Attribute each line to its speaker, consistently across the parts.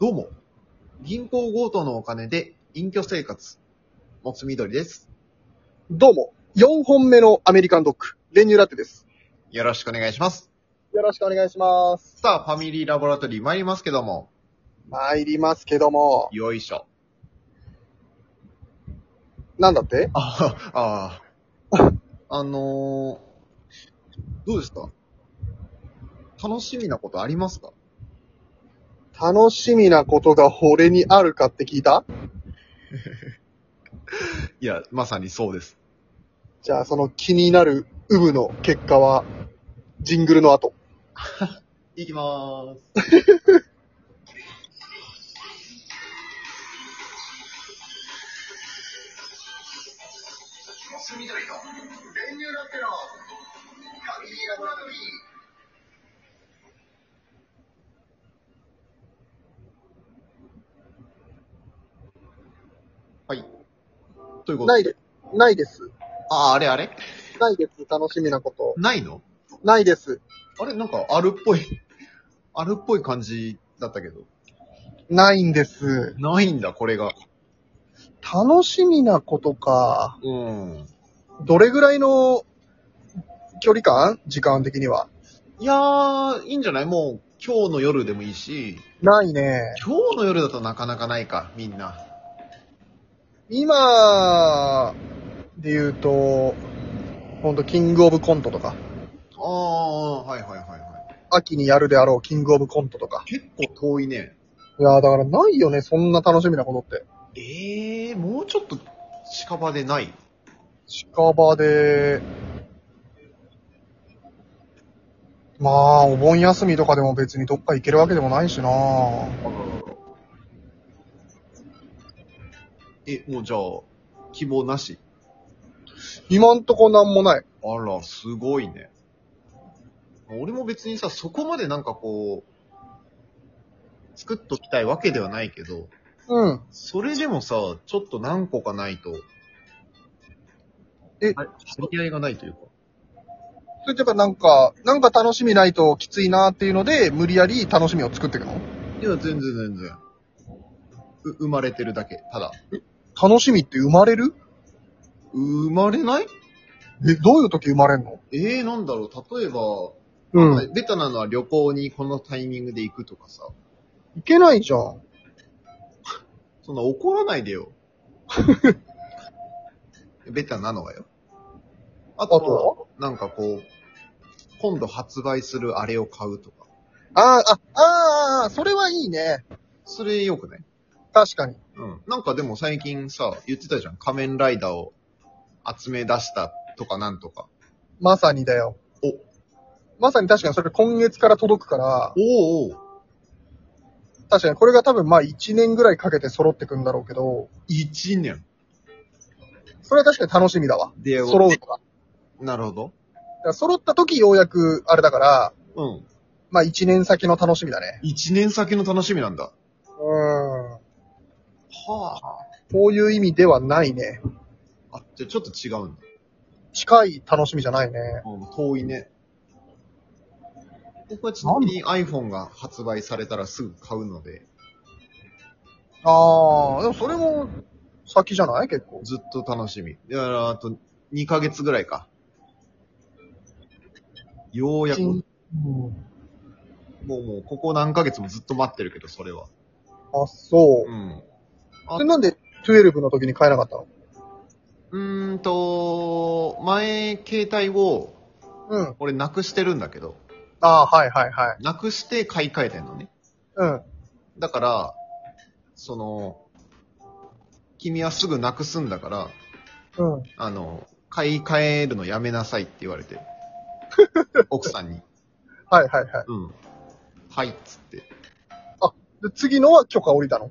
Speaker 1: どうも。銀行強盗のお金で隠居生活。もつみどりです。
Speaker 2: どうも、4本目のアメリカンドッグ、練乳ラテです。
Speaker 1: よろしくお願いします。
Speaker 2: よろしくお願いします。
Speaker 1: さあ、ファミリーラボラトリー参りますけども。
Speaker 2: 参りますけども、
Speaker 1: よいしょ。
Speaker 2: なんだって
Speaker 1: ああ、あのー、どうですか楽しみなことありますか
Speaker 2: 楽しみなことが俺にあるかって聞いた
Speaker 1: いや、まさにそうです。
Speaker 2: じゃあその気になるウブの結果は、ジングルの後。
Speaker 1: いきまーす。
Speaker 3: モス緑の練乳ラテのファミリーラボラトリー。
Speaker 1: はい。ということ
Speaker 2: ないで、ないです。
Speaker 1: ああ、あれあれ
Speaker 2: ないです、楽しみなこと。
Speaker 1: ないの
Speaker 2: ないです。
Speaker 1: あれなんか、あるっぽい、あるっぽい感じだったけど。
Speaker 2: ないんです。
Speaker 1: ないんだ、これが。
Speaker 2: 楽しみなことか。
Speaker 1: うん。
Speaker 2: どれぐらいの距離感時間的には。
Speaker 1: いやー、いいんじゃないもう、今日の夜でもいいし、
Speaker 2: ないね。
Speaker 1: 今日の夜だとなかなかないか、みんな。
Speaker 2: 今で言うと、ほんと、キングオブコントとか、
Speaker 1: あー、はいはいはいはい。
Speaker 2: 秋にやるであろうキングオブコントとか。
Speaker 1: 結構遠いね。
Speaker 2: いやーだからないよね、そんな楽しみなことって。
Speaker 1: えー、もうちょっと近場でない。
Speaker 2: 近場で、まあ、お盆休みとかでも別にどっか行けるわけでもないしな
Speaker 1: え、もうじゃあ、希望なし。
Speaker 2: 今んとこなんもない。
Speaker 1: あら、すごいね。俺も別にさ、そこまでなんかこう、作っときたいわけではないけど、
Speaker 2: うん。
Speaker 1: それでもさ、ちょっと何個かないと。
Speaker 2: え
Speaker 1: あれ張り合いがないというか。
Speaker 2: それってやっぱなんか、なんか楽しみないときついなーっていうので、無理やり楽しみを作っていくの
Speaker 1: いや、全然全然。う、生まれてるだけ。ただ。
Speaker 2: 楽しみって生まれる
Speaker 1: 生まれない
Speaker 2: え、どういう時生まれんの
Speaker 1: ええー、なんだろう。例えば、
Speaker 2: う
Speaker 1: ベタなのは旅行にこのタイミングで行くとかさ。
Speaker 2: いけないじゃん。
Speaker 1: そんな怒らないで よ。ベタなのはよ。あ
Speaker 2: あと
Speaker 1: とは、なんかこう、今度発売するあれを買うとか。
Speaker 2: ああ、ああー、それはいいね。
Speaker 1: それよくない
Speaker 2: 確かに。
Speaker 1: うん。なんかでも最近さ、言ってたじゃん。仮面ライダーを集め出したとかなんとか。
Speaker 2: まさにだよ。
Speaker 1: お
Speaker 2: まさに確かにそれ今月から届くから、
Speaker 1: おお
Speaker 2: 確かにこれが多分まあ1年ぐらいかけて揃ってくんだろうけど、
Speaker 1: 一年。
Speaker 2: それは確かに楽しみだわ。
Speaker 1: で、
Speaker 2: 揃うとか。
Speaker 1: なるほど。
Speaker 2: だから揃った時ようやく、あれだから、
Speaker 1: うん。
Speaker 2: まあ1年先の楽しみだね。
Speaker 1: 一年先の楽しみなんだ。
Speaker 2: うん。
Speaker 1: は
Speaker 2: そういう意味ではないね。
Speaker 1: あ。あ、じゃあちょっと違うんだ。
Speaker 2: 近い楽しみじゃないね。
Speaker 1: うん、遠いね。僕はちなみに iPhone が発売されたらすぐ買うので、
Speaker 2: ああ、でもそれも先じゃない結構。
Speaker 1: ずっと楽しみ。だから、あと2ヶ月ぐらいか。ようやく、も
Speaker 2: うん、
Speaker 1: うもう、ここ何ヶ月もずっと待ってるけど、それは。
Speaker 2: あ、そうう。
Speaker 1: ん。
Speaker 2: それなんで12の時に買えなかったの
Speaker 1: うーんと、前、携帯を、
Speaker 2: うん。
Speaker 1: 俺なくしてるんだけど、
Speaker 2: ああ、はいはいはい。
Speaker 1: なくして買い替えてんのね。
Speaker 2: うん。
Speaker 1: だから、その、君はすぐなくすんだから、
Speaker 2: うん。
Speaker 1: あの、買い替えるのやめなさいって言われて、奥さんに。
Speaker 2: はいはいはい。
Speaker 1: うん。はい、っつって。
Speaker 2: で、次のは許可降りたの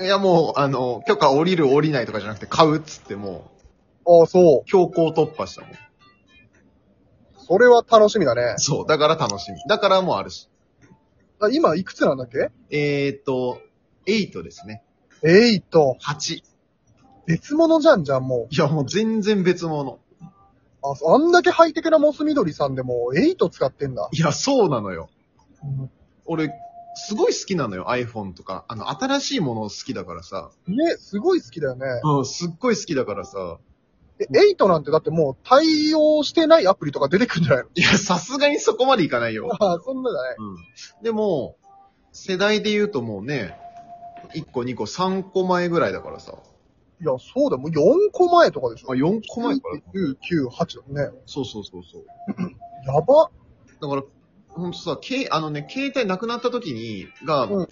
Speaker 1: いや、もう、あの、許可降りる降りないとかじゃなくて、買うっつって、もう、
Speaker 2: ああ、そう。
Speaker 1: 強行突破したもん。
Speaker 2: それは楽しみだね。
Speaker 1: そう、だから楽しみ。だからもうあるし。
Speaker 2: あ今、いくつなんだっけ
Speaker 1: えーっと、8ですね。
Speaker 2: えいと、
Speaker 1: 8。い
Speaker 2: 別物じゃんじゃん、も
Speaker 1: や、もう全然別物。
Speaker 2: う。あ、そうあんだけハイテクなモス緑さんでも、エイト使ってんだ。
Speaker 1: いや、そうなのよ。
Speaker 2: うん
Speaker 1: 俺、すごい好きなのよ、iPhone とか。あの、新しいもの好きだからさ。
Speaker 2: ね、すごい好きだよね。
Speaker 1: うん、すっごい好きだからさ。
Speaker 2: え、8なんてだってもう対応してないアプリとか出てくんじゃないの
Speaker 1: いや、さすがにそこまでいかないよ。
Speaker 2: ああ、そんなだね。
Speaker 1: うん。でも、世代で言うともうね、1個、2個、3個前ぐらいだからさ。
Speaker 2: いや、そうだ、もう4個前とかでし
Speaker 1: あ、
Speaker 2: ょ。
Speaker 1: 4個前から。
Speaker 2: 9、9、8だね。
Speaker 1: そうそうそうそう。
Speaker 2: やば。
Speaker 1: だから、ほんとさ、けあのね、携帯なくなった時に、が、
Speaker 2: うん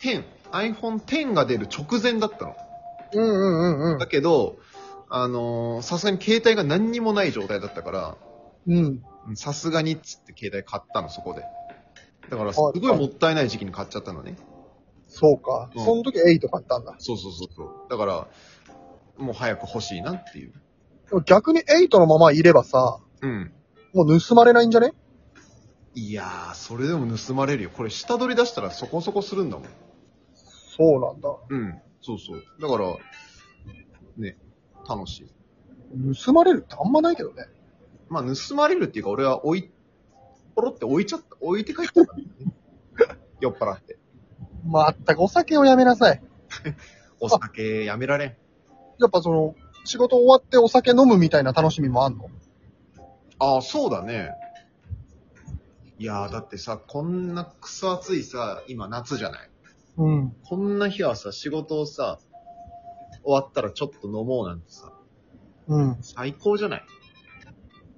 Speaker 1: 10、iPhone X が出る直前だったの。
Speaker 2: うんうんうんうん
Speaker 1: だ。けど、あのーさすがに携帯が何にもない状態だったから、
Speaker 2: うん。
Speaker 1: うんさすがにっつって携帯買ったの、そこで。だから、す
Speaker 2: は
Speaker 1: ご
Speaker 2: い
Speaker 1: いもったいない時期に買っちゃったのね。
Speaker 2: そうか。
Speaker 1: うん
Speaker 2: その時8買ったんだ。
Speaker 1: そうそうそうそう。だから、もう早く欲しいなっていう。
Speaker 2: でも逆に8のままいればさ、
Speaker 1: うん。
Speaker 2: もう盗まれないんじゃね
Speaker 1: いやー、それでも盗まれるよ。これ下取り出したらそこそこするんだもん。
Speaker 2: そうなんだ。
Speaker 1: うん。そうそう。だから、ね、楽しい。
Speaker 2: 盗まれるってあんまないけどね。
Speaker 1: まあ、盗まれるっていうか、俺は置い、ポロって置いちゃった、置いて帰っちゃったんだよね。 酔っ払って。
Speaker 2: まったくお酒をやめなさい。
Speaker 1: お酒やめられん。
Speaker 2: やっぱその、仕事終わってお酒飲むみたいな楽しみもあんの
Speaker 1: ああ、そうだね。いやー、だってさ、こんなクソ暑いさ、今夏じゃない
Speaker 2: うん。
Speaker 1: こんな日はさ、仕事をさ、終わったらちょっと飲もうなんてさ、
Speaker 2: うん。
Speaker 1: 最高じゃない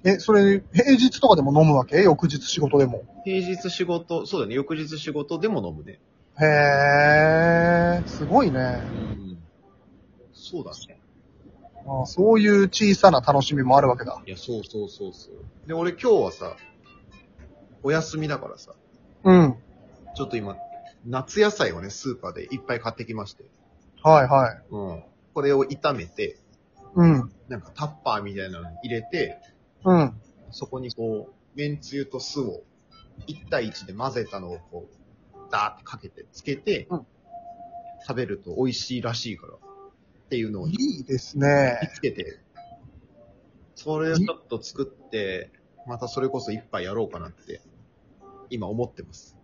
Speaker 2: え、それ、平日とかでも飲むわけ翌日仕事でも。
Speaker 1: 平日仕事、そうだね、翌日仕事でも飲むね。
Speaker 2: へー、すごいね。
Speaker 1: うん。そうだね。
Speaker 2: ああそういう小さな楽しみもあるわけだ。
Speaker 1: いや、そうそうそうそう。で、俺今日はさ、お休みだからさ、
Speaker 2: うん。
Speaker 1: ちょっと今、夏野菜をね、スーパーでいっぱい買ってきまして。
Speaker 2: はいはい。
Speaker 1: うん。これを炒めて、
Speaker 2: うん。
Speaker 1: なんかタッパーみたいなのに入れて、
Speaker 2: うん。
Speaker 1: そこにこう、めんつゆと酢を1対1で混ぜたのをこう、ダーってかけて、つけて、
Speaker 2: うん
Speaker 1: 食べると美味しいらしいから、っていうのを見
Speaker 2: いいですね。
Speaker 1: つけて、それをちょっと作って、またそれこそ一杯やろうかなって、今思ってます。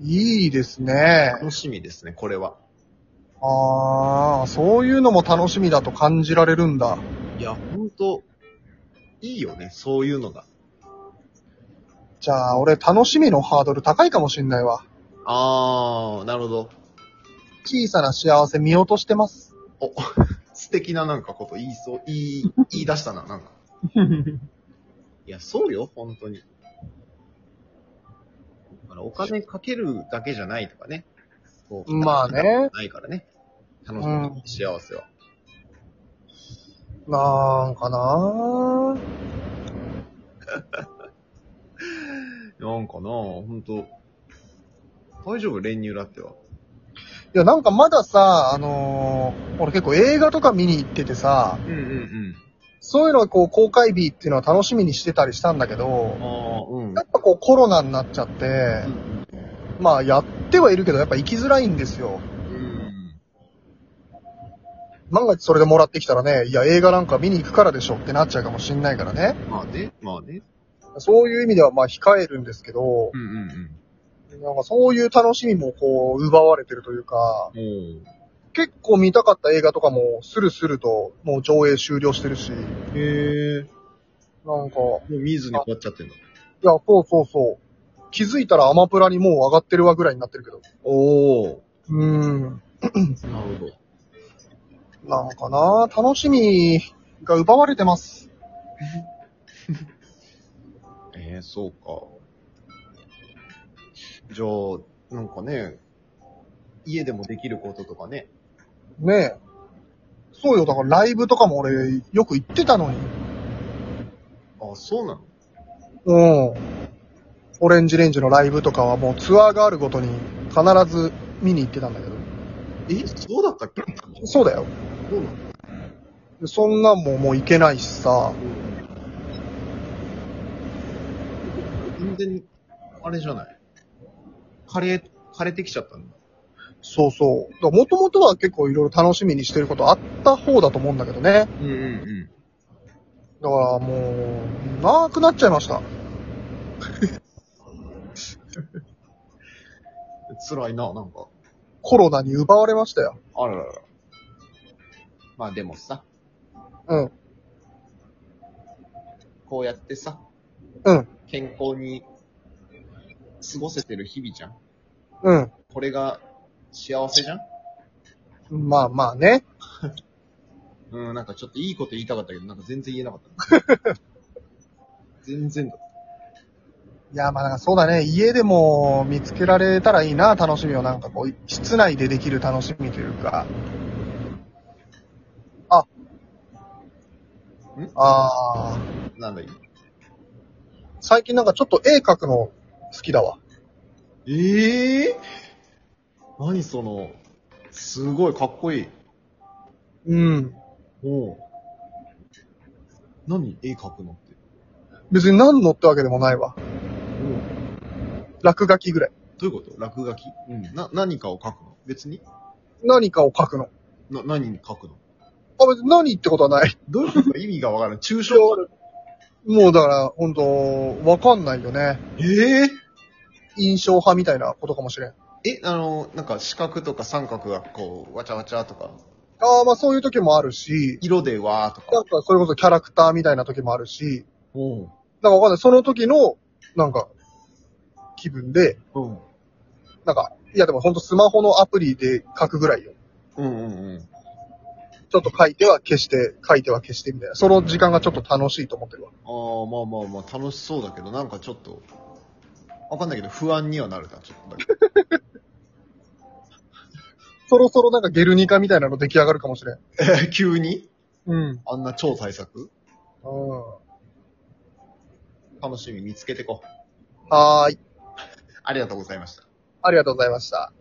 Speaker 2: いいですね。
Speaker 1: 楽しみですね、これは。
Speaker 2: ああ、そういうのも楽しみだと感じられるんだ。
Speaker 1: いや、ほんと、いいよね、そういうのが。
Speaker 2: じゃあ、俺楽しみのハードル高いかもしんないわ。
Speaker 1: あー、なるほど。
Speaker 2: 小さな幸せ見落としてます。
Speaker 1: お、 素敵ななんかこと言いそう、言い、言い出したな、なん か。いや、そうよ、本当に。だからお金かけるだけじゃないとかね。こう
Speaker 2: まあ。ね。
Speaker 1: ないからね。楽しみ、幸せは。
Speaker 2: なんかなー
Speaker 1: なんかなぁ、ほんと。大丈夫練乳ラテは。
Speaker 2: いや、なんかまださ、あのー俺結構映画とか見に行っててさ、
Speaker 1: うんうんうん。
Speaker 2: そういうのがこう公開日っていうのは楽しみにしてたりしたんだけど、
Speaker 1: ああ、うん
Speaker 2: や。っぱこうコロナになっちゃって、まあやってはいるけど、やっぱ行きづらいんですよ。
Speaker 1: うん。
Speaker 2: 万が一それでもらってきたらね、いや映画なんか見に行くからでしょってなっちゃうかもしんないからね。
Speaker 1: まあね、まあね。
Speaker 2: そういう意味ではまあ控えるんですけど、
Speaker 1: うんうん
Speaker 2: なんかそういう楽しみもこう奪われてるというか、
Speaker 1: うん。
Speaker 2: 結構見たかった映画とかもスルスルともう上映終了してるし、
Speaker 1: おへえ。
Speaker 2: なんか、
Speaker 1: もう見ずに終わっちゃってんだ。
Speaker 2: いや、そうそうそう。気づいたらアマプラにもう上がってるわぐらいになってるけど。
Speaker 1: おお。
Speaker 2: うーん。
Speaker 1: なるほど。
Speaker 2: なんかな、楽しみが奪われてます。
Speaker 1: ええそうか。じゃあ、なんかね、家でもできることとかね。
Speaker 2: ねえ。そうよ、だからライブとかも俺、よく行ってたのに。
Speaker 1: あ、そうなの
Speaker 2: うん。オレンジレンジのライブとかはもうツアーがあるごとに必ず見に行ってたんだけど。
Speaker 1: え、そうだったっけ
Speaker 2: そうだよ。
Speaker 1: そうなの
Speaker 2: そんなんももう行けないしさ。
Speaker 1: 全然、あれじゃない。枯れ、枯れてきちゃったんだ。
Speaker 2: そうそう。もともとは結構いろいろ楽しみにしてることあった方だと思うんだけどね。
Speaker 1: うんうんうん。
Speaker 2: だからもう、なくなっちゃいました。
Speaker 1: 辛いな、なんか。
Speaker 2: コロナに奪われましたよ。
Speaker 1: あららら。まあでもさ、
Speaker 2: うん。
Speaker 1: こうやってさ、
Speaker 2: うん。
Speaker 1: 健康に過ごせてる日々じゃん。
Speaker 2: うん。
Speaker 1: これが幸せじゃん
Speaker 2: まあまあね。
Speaker 1: うん、なんかちょっといいこと言いたかったけど、なんか全然言えなかった。 全然だ。
Speaker 2: いや、まあなんかそうだね。家でも見つけられたらいいな、楽しみを。なんかこう、室内でできる楽しみというか。あ。ああ。
Speaker 1: なんだ今。
Speaker 2: 最近なんかちょっと絵描くの好きだわ。
Speaker 1: ええ何その、すごいかっこいい。
Speaker 2: うん。
Speaker 1: おう何絵描くのって。
Speaker 2: 別に何のってわけでもないわ。
Speaker 1: おう
Speaker 2: 落書きぐらい。
Speaker 1: どういうこと落書きうん。な、何かを描くの別に
Speaker 2: 何かを描くの。
Speaker 1: な、何に描 くの
Speaker 2: あ、別に何ってことはない。
Speaker 1: どういうこと意味がわからない。抽象
Speaker 2: もうだから、ほんと、わかんないよね。
Speaker 1: ええ
Speaker 2: 印象派みたいなことかもしれん。
Speaker 1: え、あの、なんか四角とか三角がこう、わちゃわちゃとか、
Speaker 2: ああ、まあそういう時もあるし、
Speaker 1: 色でわーとか。
Speaker 2: なんかそれこそキャラクターみたいな時もあるし、
Speaker 1: おう
Speaker 2: なんかわかんない。その時の、なんか、気分で、
Speaker 1: うん。
Speaker 2: なんか、いやでもほんとスマホのアプリで書くぐらいよ。
Speaker 1: うんうんうん。
Speaker 2: ちょっと書いては消して、書いては消してみたいな。その時間がちょっと楽しいと思ってるわ。
Speaker 1: ああ、まあまあまあ、楽しそうだけど、なんかちょっと、わかんないけど、不安にはなるな、ちょっとだけ。
Speaker 2: そろそろなんかゲルニカみたいなの出来上がるかもしれん。
Speaker 1: え急に
Speaker 2: うん。
Speaker 1: あんな超対策
Speaker 2: は
Speaker 1: 楽しみ見つけてこう。
Speaker 2: ーい。
Speaker 1: ありがとうございました。
Speaker 2: ありがとうございました。